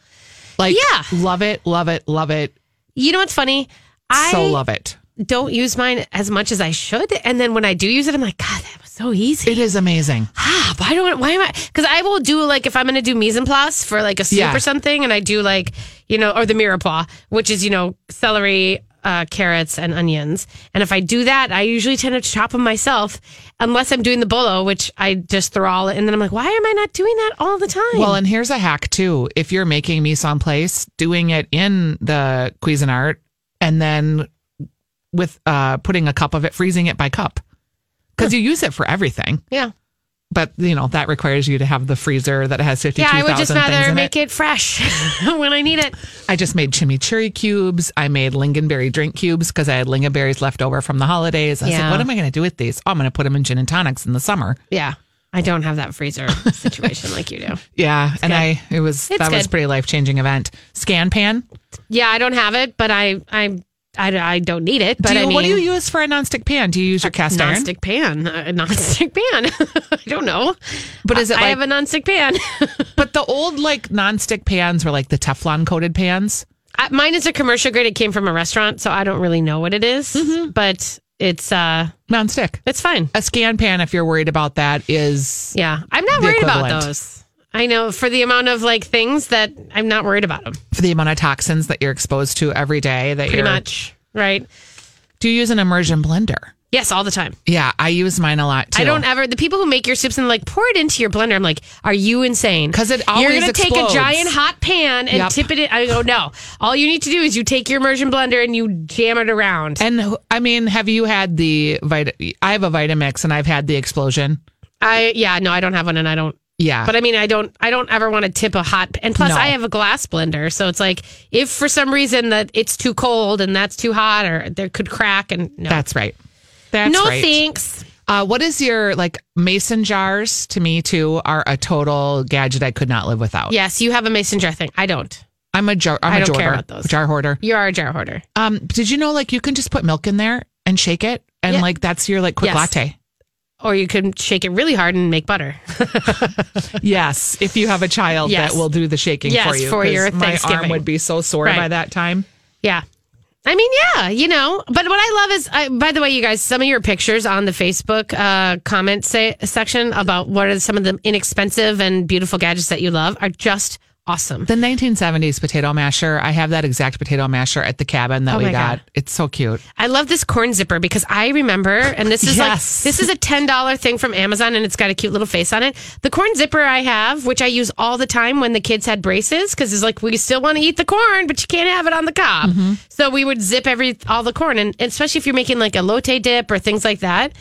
Speaker 2: Like,
Speaker 1: Yeah.
Speaker 2: love it, love it, love it.
Speaker 1: you know what's funny? I
Speaker 2: so love it.
Speaker 1: don't use mine as much as I should. And then when I do use it, I'm like, God, that was so easy.
Speaker 2: It is amazing.
Speaker 1: ah, why don't why am I? Because I will do like if I'm gonna do mise en place for like a soup
Speaker 2: Yeah.
Speaker 1: or something, and I do like you know or the mirepoix, which is you know celery, uh, carrots, and onions. And if I do that, I usually tend to chop them myself, unless I'm doing the bolo, which I just throw all. And then I'm like, why am I not doing that all the time?
Speaker 2: Well, and here's a hack too. If you're making mise en place, doing it in the Cuisinart and then with uh, putting a cup of it, freezing it by cup, because you use it for everything.
Speaker 1: yeah,
Speaker 2: But you know that requires you to have the freezer that has fifty two
Speaker 1: yeah, I
Speaker 2: thousand
Speaker 1: would just
Speaker 2: things
Speaker 1: rather
Speaker 2: in
Speaker 1: make
Speaker 2: it.
Speaker 1: it, fresh when I need it.
Speaker 2: I just made chimichurri cubes. I made lingonberry drink cubes because I had lingonberries left over from the holidays. I was
Speaker 1: Yeah.
Speaker 2: like, what am I going to do with these? Oh, I'm going to put them in gin and tonics in the summer.
Speaker 1: Yeah, I don't have that freezer situation like you do.
Speaker 2: Yeah, and I it was
Speaker 1: It's
Speaker 2: that was
Speaker 1: good.
Speaker 2: pretty life changing event. Scan pan.
Speaker 1: Yeah, I don't have it, but I I I, I don't need it. But
Speaker 2: do you,
Speaker 1: I mean,
Speaker 2: what do you use for a nonstick pan? Do you use your cast iron?
Speaker 1: nonstick pan, a nonstick pan. I don't know,
Speaker 2: But is it
Speaker 1: I
Speaker 2: like-
Speaker 1: have a nonstick pan.
Speaker 2: But the old like nonstick pans were like the Teflon coated pans.
Speaker 1: Uh, Mine is a commercial grade. It came from a restaurant, so I don't really know what it is,
Speaker 2: Mm-hmm.
Speaker 1: but it's uh,
Speaker 2: Nonstick.
Speaker 1: it's fine.
Speaker 2: A scan pan, if you're worried about that, is
Speaker 1: Yeah, I'm not
Speaker 2: The
Speaker 1: worried about
Speaker 2: equivalent.
Speaker 1: those. I know for the amount of like things that I'm not worried about them.
Speaker 2: for the amount of toxins that you're exposed to every day. That
Speaker 1: Pretty
Speaker 2: you're,
Speaker 1: much, right?
Speaker 2: Do you use an immersion blender?
Speaker 1: Yes, all the time.
Speaker 2: Yeah, I use mine a lot too.
Speaker 1: I don't ever. The people who make your soups and like pour it into your blender, I'm like, are you insane?
Speaker 2: 'Cause it
Speaker 1: you're
Speaker 2: always
Speaker 1: gonna take a
Speaker 2: explodes.
Speaker 1: giant hot pan and
Speaker 2: Yep.
Speaker 1: tip it. in. I go no. All you need to do is you take your immersion blender and you jam it around.
Speaker 2: And who- I mean, have you had the vit? I have a Vitamix, and I've had the explosion.
Speaker 1: I yeah no, I don't have one and I don't.
Speaker 2: Yeah,
Speaker 1: But I mean, I don't. I don't ever want to tip a hot. And plus,
Speaker 2: No.
Speaker 1: I have a glass blender, so it's like if for some reason that it's too cold and that's too hot, or there could crack and no.
Speaker 2: that's right. That's
Speaker 1: no
Speaker 2: right.
Speaker 1: thanks.
Speaker 2: Uh, what is your like mason jars? To me, too, are a total gadget I could not live without.
Speaker 1: Yes, you have a mason jar thing. I don't.
Speaker 2: I'm a jar. I'm
Speaker 1: I
Speaker 2: a
Speaker 1: don't
Speaker 2: jorder,
Speaker 1: care about those.
Speaker 2: jar hoarder.
Speaker 1: You are a jar hoarder.
Speaker 2: Um, did you know like you can just put milk in there and shake it, and
Speaker 1: Yeah.
Speaker 2: like that's your like quick
Speaker 1: Yes.
Speaker 2: latte.
Speaker 1: Or you can shake it really hard and make butter.
Speaker 2: Yes, if you have a child
Speaker 1: Yes.
Speaker 2: that will do the shaking
Speaker 1: Yes,
Speaker 2: for you.
Speaker 1: for your
Speaker 2: 'cause my
Speaker 1: Thanksgiving.
Speaker 2: arm would be so sore
Speaker 1: Right.
Speaker 2: by that time.
Speaker 1: Yeah. I mean, yeah, you know. But what I love is, I, by the way, you guys, some of your pictures on the Facebook uh, comment se- section about what are some of the inexpensive and beautiful gadgets that you love are just awesome.
Speaker 2: The 1970s potato masher. I have that exact potato masher at the cabin that
Speaker 1: Oh
Speaker 2: we
Speaker 1: my
Speaker 2: got.
Speaker 1: God.
Speaker 2: It's so cute.
Speaker 1: I love this corn zipper because I remember, and this is
Speaker 2: Yes.
Speaker 1: like this is a ten dollar thing from Amazon, and it's got a cute little face on it. The corn zipper I have, which I use all the time when the kids had braces, because it's like we still want to eat the corn, but you can't have it on the cob.
Speaker 2: Mm-hmm.
Speaker 1: So we would zip every all the corn, and especially if you're making like a lotte dip or things like that.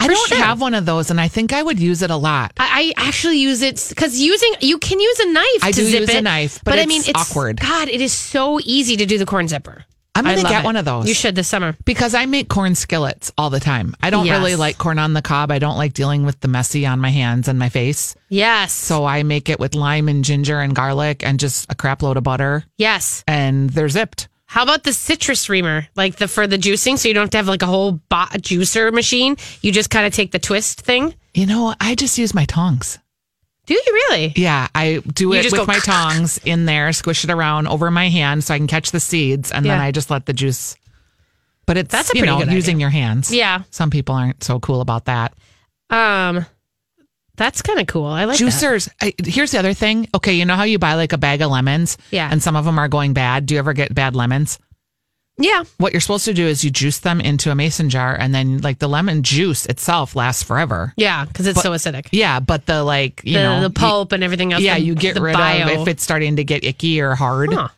Speaker 2: I
Speaker 1: For
Speaker 2: don't
Speaker 1: sure.
Speaker 2: have one of those, and I think I would use it a lot.
Speaker 1: I, I actually use it because using you can use a knife.
Speaker 2: I
Speaker 1: to
Speaker 2: do
Speaker 1: zip
Speaker 2: use a
Speaker 1: it,
Speaker 2: knife, but it's awkward.
Speaker 1: God, it is so easy to do the corn zipper.
Speaker 2: I'm
Speaker 1: I
Speaker 2: gonna
Speaker 1: love
Speaker 2: get
Speaker 1: it.
Speaker 2: one of those.
Speaker 1: You should this summer.
Speaker 2: because I make corn skillets all the time. I don't really
Speaker 1: Yes.
Speaker 2: like corn on the cob. I don't like dealing with the messy on my hands and my face.
Speaker 1: Yes.
Speaker 2: So I make it with lime and ginger and garlic and just a crap load of butter,
Speaker 1: yes.
Speaker 2: and they're zipped.
Speaker 1: How about the citrus reamer, like the for the juicing, so you don't have to have like a whole bo- juicer machine. You just kind of take the twist thing.
Speaker 2: You know, I just use my tongs.
Speaker 1: Do you really?
Speaker 2: Yeah, I do it
Speaker 1: just go
Speaker 2: with my tongs in there, squish it around over my hand so I can catch the seeds, and then
Speaker 1: Yeah.
Speaker 2: I just let the juice. But it's
Speaker 1: That's a
Speaker 2: you
Speaker 1: pretty
Speaker 2: know
Speaker 1: good
Speaker 2: using your hands.
Speaker 1: Yeah.
Speaker 2: some people aren't so cool about that.
Speaker 1: Um, that's kind of cool. I like that.
Speaker 2: Juicers. I, here's the other thing. Okay, you know how you buy like a bag of lemons,
Speaker 1: Yeah.
Speaker 2: and some of them are going bad. Do you ever get bad lemons?
Speaker 1: Yeah,
Speaker 2: What you're supposed to do is you juice them into a mason jar, and then like the lemon juice itself lasts forever.
Speaker 1: yeah, because it's so acidic.
Speaker 2: Yeah, but the like you
Speaker 1: The,
Speaker 2: know
Speaker 1: the pulp and everything else.
Speaker 2: yeah,
Speaker 1: the-
Speaker 2: you get
Speaker 1: the
Speaker 2: rid
Speaker 1: bio.
Speaker 2: of if it's starting to get icky or hard.
Speaker 1: Huh.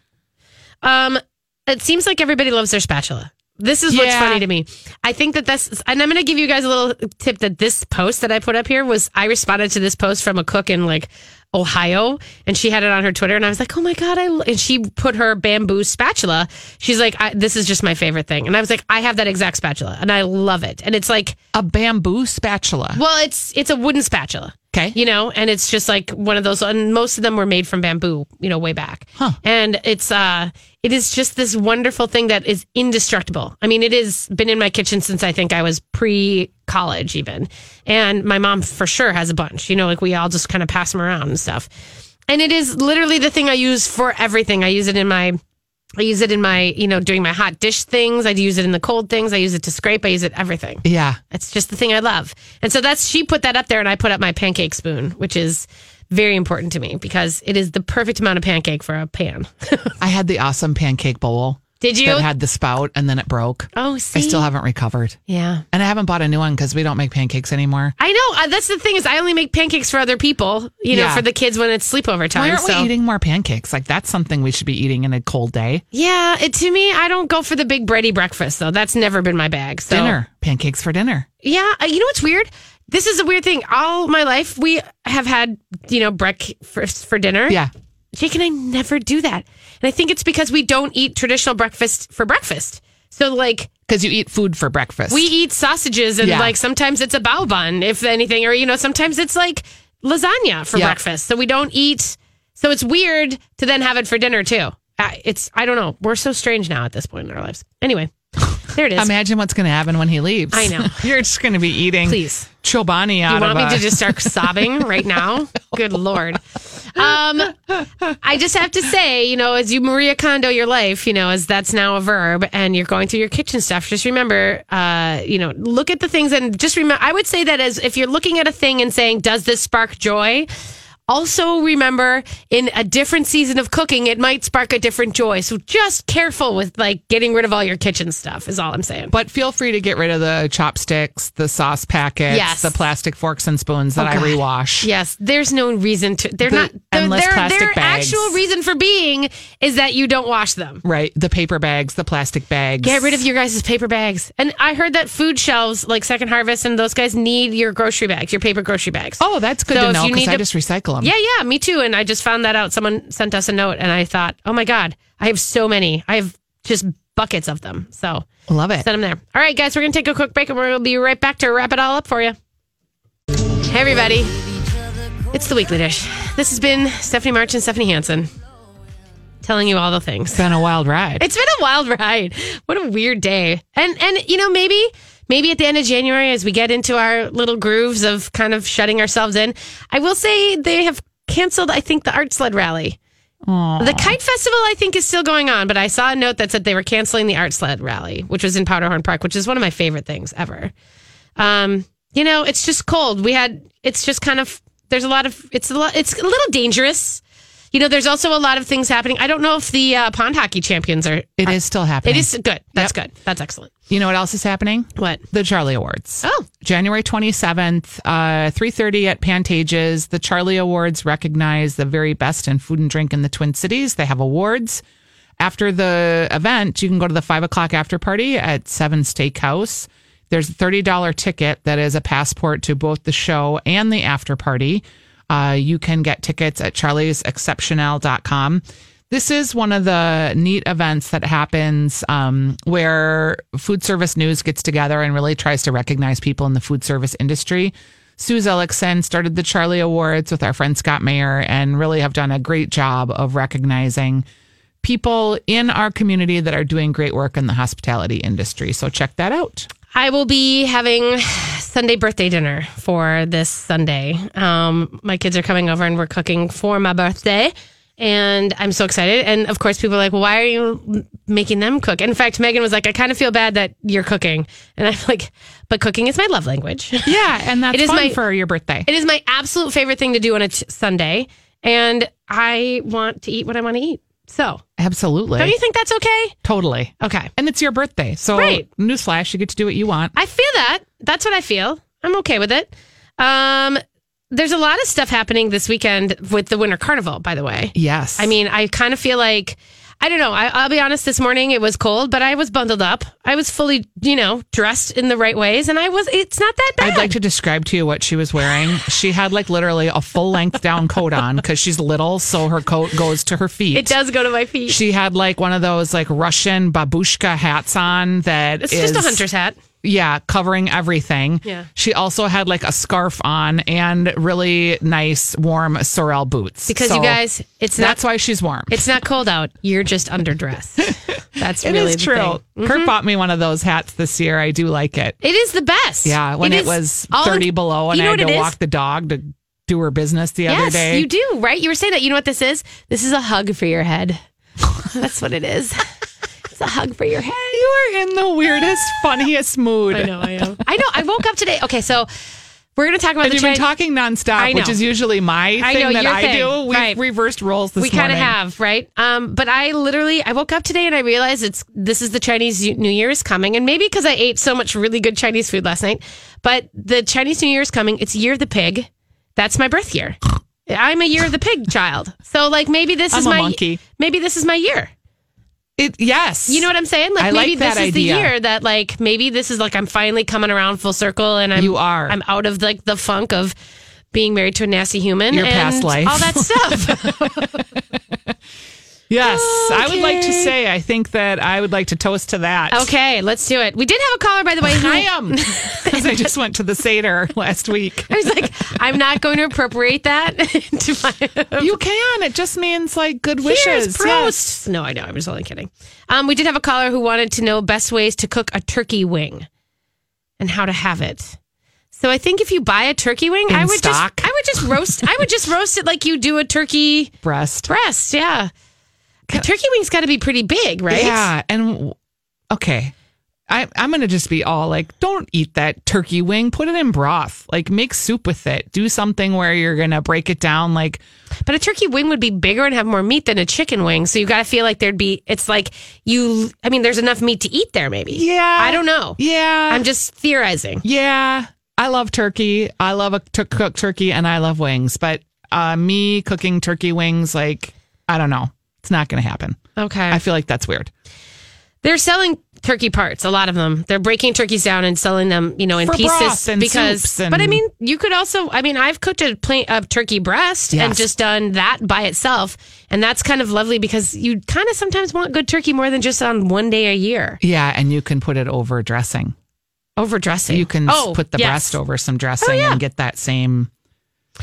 Speaker 1: Um, it seems like everybody loves their spatula. This is what's
Speaker 2: Yeah.
Speaker 1: funny to me. I think that this, and I'm going to give you guys a little tip that this post that I put up here was I responded to this post from a cook in like Ohio, and she had it on her Twitter, and I was like, oh my god, I l-" and she put her bamboo spatula. She's like, I, this is just my favorite thing, and I was like, I have that exact spatula, and I love it, and it's like,
Speaker 2: A bamboo spatula.
Speaker 1: well, it's it's a wooden spatula.
Speaker 2: Okay.
Speaker 1: You know, and it's just like one of those and most of them were made from bamboo, you know, way back.
Speaker 2: Huh.
Speaker 1: And it's uh it is just this wonderful thing that is indestructible. I mean, it has been in my kitchen since I think I was pre college even. And my mom for sure has a bunch. You know, like we all just kind of pass them around and stuff. And it is literally the thing I use for everything. I use it in my I use it in my, you know, doing my hot dish things. I use it in the cold things. I use it to scrape. I use it everything.
Speaker 2: yeah.
Speaker 1: That's just the thing I love. And so that's she put that up there and I put up my pancake spoon, which is very important to me because it is the perfect amount of pancake for a pan.
Speaker 2: I had the awesome pancake bowl
Speaker 1: Did you?
Speaker 2: that had the spout and then it broke.
Speaker 1: oh,
Speaker 2: I
Speaker 1: see.
Speaker 2: still haven't recovered.
Speaker 1: Yeah.
Speaker 2: And I haven't bought a new one because we don't make pancakes anymore.
Speaker 1: I know. Uh, that's the thing is I only make pancakes for other people, you know,
Speaker 2: Yeah.
Speaker 1: for the kids when it's sleepover time.
Speaker 2: Why aren't
Speaker 1: so.
Speaker 2: we eating more pancakes? Like that's something we should be eating in a cold day.
Speaker 1: Yeah. It, to me, I don't go for the big bready breakfast though. That's never been my bag. So.
Speaker 2: Dinner. Pancakes for dinner.
Speaker 1: Yeah, uh, you know what's weird? This is a weird thing. All my life, we have had you know breakfast for dinner.
Speaker 2: Yeah.
Speaker 1: Jake and I never do that, and I think it's because we don't eat traditional breakfast for breakfast. So like
Speaker 2: Because you eat food for breakfast.
Speaker 1: we eat sausages, and
Speaker 2: Yeah.
Speaker 1: like sometimes it's a bao bun, if anything, or you know sometimes it's like lasagna for
Speaker 2: Yeah.
Speaker 1: breakfast. So we don't eat. So it's weird to then have it for dinner too. Uh, It's I don't know. We're so strange now at this point in our lives. Anyway, there it is.
Speaker 2: Imagine what's going to happen when he leaves.
Speaker 1: I know.
Speaker 2: You're just going to be eating
Speaker 1: Please.
Speaker 2: Chobani out
Speaker 1: You
Speaker 2: of
Speaker 1: want me
Speaker 2: a-
Speaker 1: to just start sobbing right now? Good lord. Um, I just have to say, you know, as you Maria Kondo your life, you know, as that's now a verb, and you're going through your kitchen stuff. Just remember, uh, you know, look at the things and just remember. I would say that as if you're looking at a thing and saying, "Does this spark joy?" Also, remember in a different season of cooking, it might spark a different joy. So just careful with like getting rid of all your kitchen stuff. Is all I'm saying.
Speaker 2: But feel free to get rid of the chopsticks, the sauce packets,
Speaker 1: Yes.
Speaker 2: the plastic forks and spoons that I rewash.
Speaker 1: Yes, there's no reason to. They're
Speaker 2: The
Speaker 1: not. They're,
Speaker 2: endless
Speaker 1: their
Speaker 2: plastic
Speaker 1: their
Speaker 2: bags.
Speaker 1: actual reason for being is that you don't wash them.
Speaker 2: Right. The paper bags, the plastic bags.
Speaker 1: Get rid of your guys' paper bags. And I heard that food shelves like Second Harvest and those guys need your grocery bags, your paper grocery bags.
Speaker 2: Oh, that's good
Speaker 1: So
Speaker 2: to
Speaker 1: if
Speaker 2: know
Speaker 1: you
Speaker 2: because
Speaker 1: need
Speaker 2: I
Speaker 1: to-
Speaker 2: just recycle them.
Speaker 1: Yeah, yeah, me too. And I just found that out. Someone sent us a note, and I thought, oh my god, I have so many. I have just buckets of them. So
Speaker 2: Love it.
Speaker 1: Send them there. All right, guys, we're going to take a quick break and we're going to be right back to wrap it all up for you. Hey, everybody. It's the Weekly Dish. This has been Stephanie March and Stephanie Hansen telling you all the things.
Speaker 2: It's been a wild ride.
Speaker 1: It's been a wild ride. What a weird day. And and you know maybe maybe at the end of January as we get into our little grooves of kind of shutting ourselves in, I will say they have canceled I think the art sled rally. The Kite Festival, I think, is still going on, but I saw a note that said they were canceling the Art Sled Rally, which was in Powderhorn Park, which is one of my favorite things ever. Um, you know, it's just cold. We had, it's just kind of, there's a lot of, it's a lot, it's a little dangerous. You know, there's also a lot of things happening. I don't know if the uh, pond hockey champions are.
Speaker 2: It is still happening.
Speaker 1: It is good. That's good. That's excellent.
Speaker 2: You know what else is happening?
Speaker 1: What?
Speaker 2: The Charlie Awards.
Speaker 1: Oh.
Speaker 2: January 27th, uh, 3.30 at Pantages. The Charlie Awards recognize the very best in food and drink in the Twin Cities. They have awards. After the event, you can go to the 5 o'clock after party at 7 Steakhouse. There's a $30 ticket that is a passport to both the show and the after party. Uh, you can get tickets at charliesexceptional.com. This is one of the neat events that happens um, where food service news gets together and really tries to recognize people in the food service industry. Suze Ellickson started the Charlie Awards with our friend Scott Mayer and really have done a great job of recognizing people in our community that are doing great work in the hospitality industry. So check that out.
Speaker 1: I will be having Sunday birthday dinner for this Sunday. Um, my kids are coming over and we're cooking for my birthday. And I'm so excited. And of course, people are like, why are you making them cook? And in fact, Megan was like, I kind of feel bad that you're cooking. And I'm like, but cooking is my love language.
Speaker 2: Yeah, and that's
Speaker 1: It is
Speaker 2: fun
Speaker 1: my-
Speaker 2: for your birthday.
Speaker 1: It is my absolute favorite thing to do on a t- Sunday. And I want to eat what I want to eat. So
Speaker 2: Absolutely.
Speaker 1: don't you think that's okay?
Speaker 2: totally.
Speaker 1: Okay.
Speaker 2: And it's your birthday. So
Speaker 1: Right.
Speaker 2: newsflash, you get to do what you want.
Speaker 1: I feel that. That's what I feel. I'm okay with it. Um, there's a lot of stuff happening this weekend with the Winter Carnival, by the way.
Speaker 2: Yes.
Speaker 1: I mean, I kind of feel like, I don't know. I, I'll be honest, this morning it was cold, but I was bundled up. I was fully, you know, dressed in the right ways, and I was, it's not that bad.
Speaker 2: I'd like to describe to you what she was wearing. She had like literally a full length down coat on because she's little, so her coat goes to her feet.
Speaker 1: it does go to my feet.
Speaker 2: She had like one of those like Russian babushka hats on that
Speaker 1: it's just a
Speaker 2: is-
Speaker 1: hunter's hat.
Speaker 2: Yeah, covering everything.
Speaker 1: Yeah.
Speaker 2: She also had like a scarf on and really nice warm sorrel boots.
Speaker 1: Because you
Speaker 2: So
Speaker 1: guys, it's
Speaker 2: that's
Speaker 1: not,
Speaker 2: why she's warm.
Speaker 1: it's not cold out. You're just underdressed. That's
Speaker 2: It
Speaker 1: really
Speaker 2: is
Speaker 1: the
Speaker 2: true.
Speaker 1: thing. Mm-hmm.
Speaker 2: Kurt bought me one of those hats this year. I do like it.
Speaker 1: It is the best.
Speaker 2: Yeah, when it,
Speaker 1: is
Speaker 2: was
Speaker 1: all in-
Speaker 2: thirty below, and
Speaker 1: you know
Speaker 2: I had
Speaker 1: what
Speaker 2: to
Speaker 1: it is?
Speaker 2: walk the dog to do her business the other
Speaker 1: Yes,
Speaker 2: day.
Speaker 1: you do, right? You were saying that. You know what this is? This is a hug for your head. That's what it is. It's a hug for your head.
Speaker 2: You are in the weirdest, funniest mood.
Speaker 1: I know, I am. I know. I woke up today. Okay, so we're going to talk about
Speaker 2: And
Speaker 1: the
Speaker 2: you've been
Speaker 1: Chinese-
Speaker 2: talking
Speaker 1: I
Speaker 2: nonstop, which
Speaker 1: know.
Speaker 2: is usually my thing
Speaker 1: I know,
Speaker 2: that
Speaker 1: your
Speaker 2: I
Speaker 1: thing.
Speaker 2: do. We've
Speaker 1: Right.
Speaker 2: reversed roles this
Speaker 1: we
Speaker 2: morning.
Speaker 1: kind of have, right? Um, but I literally, I woke up today and I realized it's this is the Chinese New Year is coming, and maybe because I ate so much really good Chinese food last night, but the Chinese New Year is coming. It's year of the pig. That's my birth year. I'm a year of the pig child. So like maybe this
Speaker 2: I'm
Speaker 1: is
Speaker 2: a
Speaker 1: my
Speaker 2: monkey.
Speaker 1: maybe this is my year.
Speaker 2: It, yes.
Speaker 1: You know what I'm saying? Like
Speaker 2: I like
Speaker 1: maybe
Speaker 2: that
Speaker 1: this is
Speaker 2: idea.
Speaker 1: the year that like maybe this is like I'm finally coming around full circle and I'm
Speaker 2: You are.
Speaker 1: I'm out of like the funk of being married to a nasty human
Speaker 2: Your
Speaker 1: and
Speaker 2: past life.
Speaker 1: all that stuff.
Speaker 2: Yes. I would like to say, I think that I would like to toast to that.
Speaker 1: okay, let's do it. We did have a caller by the way. who-
Speaker 2: I am. Because I just went to the Seder last week.
Speaker 1: I was like, I'm not going to appropriate that to my
Speaker 2: You can. It just means like good
Speaker 1: Cheers,
Speaker 2: wishes. Yes.
Speaker 1: Prost. No, I know. I'm just only kidding. Um, we did have a caller who wanted to know best ways to cook a turkey wing and how to have it. So I think if you buy a turkey wing, I would
Speaker 2: stock?
Speaker 1: just I would just roast I would just roast it like you do a turkey
Speaker 2: Breast.
Speaker 1: breast. Yeah, a turkey wing's got to be pretty big, right?
Speaker 2: Yeah, and okay. I, I'm gonna just be all like, don't eat that turkey wing. Put it in broth. Like, make soup with it. Do something where you're gonna break it down. Like,
Speaker 1: But a turkey wing would be bigger and have more meat than a chicken wing, so you got to feel like there'd be. It's like you. I mean, there's enough meat to eat there, maybe.
Speaker 2: Yeah.
Speaker 1: I don't know.
Speaker 2: yeah,
Speaker 1: I'm just theorizing.
Speaker 2: yeah. I love turkey. I love a t- cooked turkey, and I love wings. But uh, me cooking turkey wings, like, I don't know. It's not gonna happen.
Speaker 1: Okay.
Speaker 2: I feel like that's weird.
Speaker 1: They're selling turkey parts, a lot of them. They're breaking turkeys down and selling them, you know, in
Speaker 2: For broth
Speaker 1: pieces
Speaker 2: and
Speaker 1: because
Speaker 2: soups and-
Speaker 1: But I mean, you could also I mean, I've cooked a plain of turkey breast and
Speaker 2: Yes.
Speaker 1: just done that by itself, and that's kind of lovely because you kind of sometimes want good turkey more than just on one day a year.
Speaker 2: Yeah, and you can put it over dressing.
Speaker 1: Overdressing.
Speaker 2: You can
Speaker 1: Oh,
Speaker 2: put the
Speaker 1: yes.
Speaker 2: breast over some dressing and get that same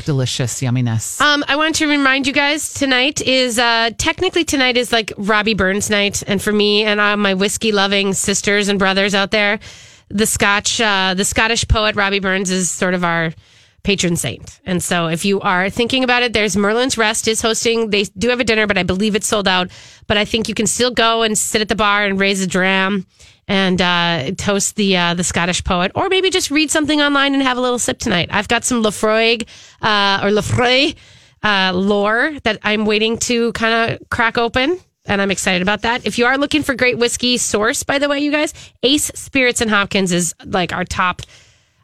Speaker 2: delicious yumminess.
Speaker 1: Um, I want to remind you guys tonight is uh, technically tonight is like Robbie Burns night, and for me and all my whiskey loving sisters and brothers out there, the Scotch, uh, the Scottish poet Robbie Burns is sort of our patron saint. And so if you are thinking about it, there's Merlin's Rest is hosting. They do have a dinner, but I believe it's sold out. But I think you can still go and sit at the bar and raise a dram and uh, toast the uh, the Scottish poet, or maybe just read something online and have a little sip tonight. I've got some Lefroy uh, or Lefroy uh, lore that I'm waiting to kind of crack open. And I'm excited about that. If you are looking for great whiskey source, by the way, you guys, Ace Spirits and Hopkins is like our top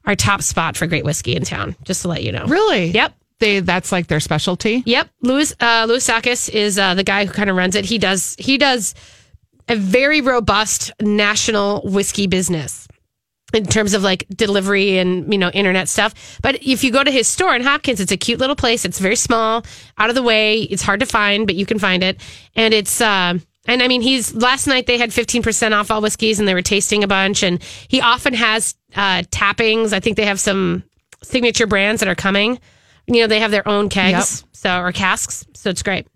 Speaker 1: our top spot for great whiskey in town, just to let you know.
Speaker 2: Really?
Speaker 1: Yep.
Speaker 2: They that's like their specialty.
Speaker 1: Yep, Louis uh, Louis Sakis is uh, the guy who kind of runs it. He does he does a very robust national whiskey business in terms of like delivery and you know internet stuff. But if you go to his store in Hopkins, it's a cute little place. It's very small, out of the way. It's hard to find, but you can find it. And it's uh, and I mean he's last night they had fifteen percent off all whiskeys and they were tasting a bunch. And he often has uh, tappings. I think they have some signature brands that are coming. You know they have their own kegs, so or casks. So it's great.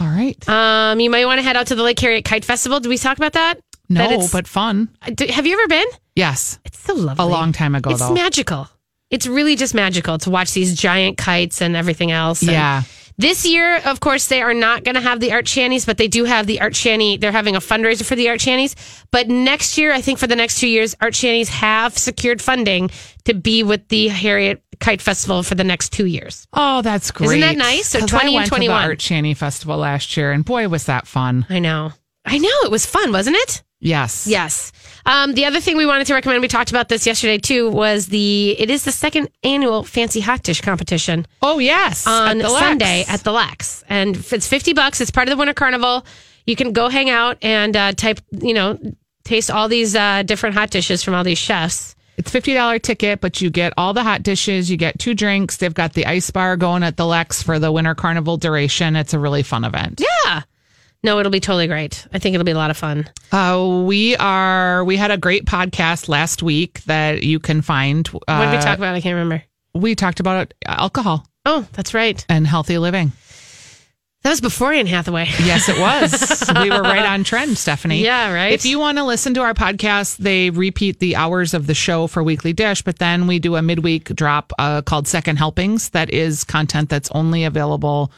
Speaker 2: All right.
Speaker 1: Um, you might want to head out to the Lake Harriet Kite Festival. Did we talk about that? That
Speaker 2: no,
Speaker 1: it's-
Speaker 2: but fun.
Speaker 1: do- have you ever been?
Speaker 2: Yes.
Speaker 1: It's so lovely.
Speaker 2: A long time ago
Speaker 1: It's
Speaker 2: though.
Speaker 1: magical. It's really just magical to watch these giant kites and everything else. And
Speaker 2: Yeah.
Speaker 1: This year, of course, they are not going to have the art shanties, but they do have the art shanty. They're having a fundraiser for the art shanties. But next year, I think for the next two years, art shanties have secured funding to be with the Harriet Kite Festival for the next two years.
Speaker 2: Oh, that's great.
Speaker 1: Isn't that nice? So
Speaker 2: 'Cause
Speaker 1: 20
Speaker 2: I
Speaker 1: and
Speaker 2: went to the
Speaker 1: 21.
Speaker 2: Art Shanty Festival last year, and boy, was that fun.
Speaker 1: I know. I know. It was fun, wasn't it?
Speaker 2: Yes.
Speaker 1: Yes. Um, the other thing we wanted to recommend, we talked about this yesterday too, was the it is the second annual fancy hot dish competition
Speaker 2: Oh, yes.
Speaker 1: on
Speaker 2: At the Lex.
Speaker 1: Sunday at the Lex, and f- it's fifty bucks. It's part of the Winter Carnival. You can go hang out and uh, type, you know, taste all these uh, different hot dishes from all these chefs.
Speaker 2: It's fifty dollar ticket, but you get all the hot dishes. You get two drinks. They've got the ice bar going at the Lex for the Winter Carnival duration. It's a really fun event.
Speaker 1: No, it'll be totally great. I think it'll be a lot of fun.
Speaker 2: Uh, we are. We had a great podcast last week that you can find. Uh,
Speaker 1: What did we talk about? I can't remember.
Speaker 2: we talked about alcohol
Speaker 1: Oh, that's right.
Speaker 2: and healthy living.
Speaker 1: That was before Anne Hathaway.
Speaker 2: Yes, it was. we were right on trend, Stephanie.
Speaker 1: Yeah, right.
Speaker 2: If you want to listen to our podcast, they repeat the hours of the show for Weekly Dish, but then we do a midweek drop uh, called Second Helpings. That is content that's only available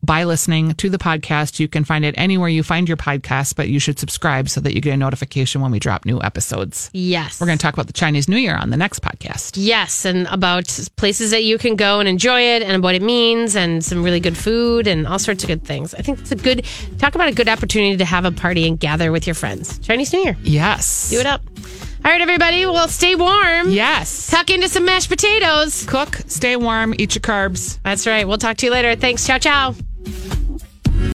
Speaker 2: by listening to the podcast. You can find it anywhere you find your podcast, but you should subscribe so that you get a notification when we drop new episodes.
Speaker 1: Yes,
Speaker 2: We're going to talk about the Chinese New Year on the next podcast.
Speaker 1: Yes, and about places that you can go and enjoy it and what it means and some really good food and all sorts of good things. I think it's a good talk about a good opportunity to have a party and gather with your friends. Chinese New Year.
Speaker 2: Yes.
Speaker 1: Do it up. All right, everybody. Well, stay warm.
Speaker 2: Yes.
Speaker 1: Tuck into some mashed potatoes.
Speaker 2: Cook, stay warm, eat your carbs.
Speaker 1: That's right. We'll talk to you later. Thanks. Ciao, ciao.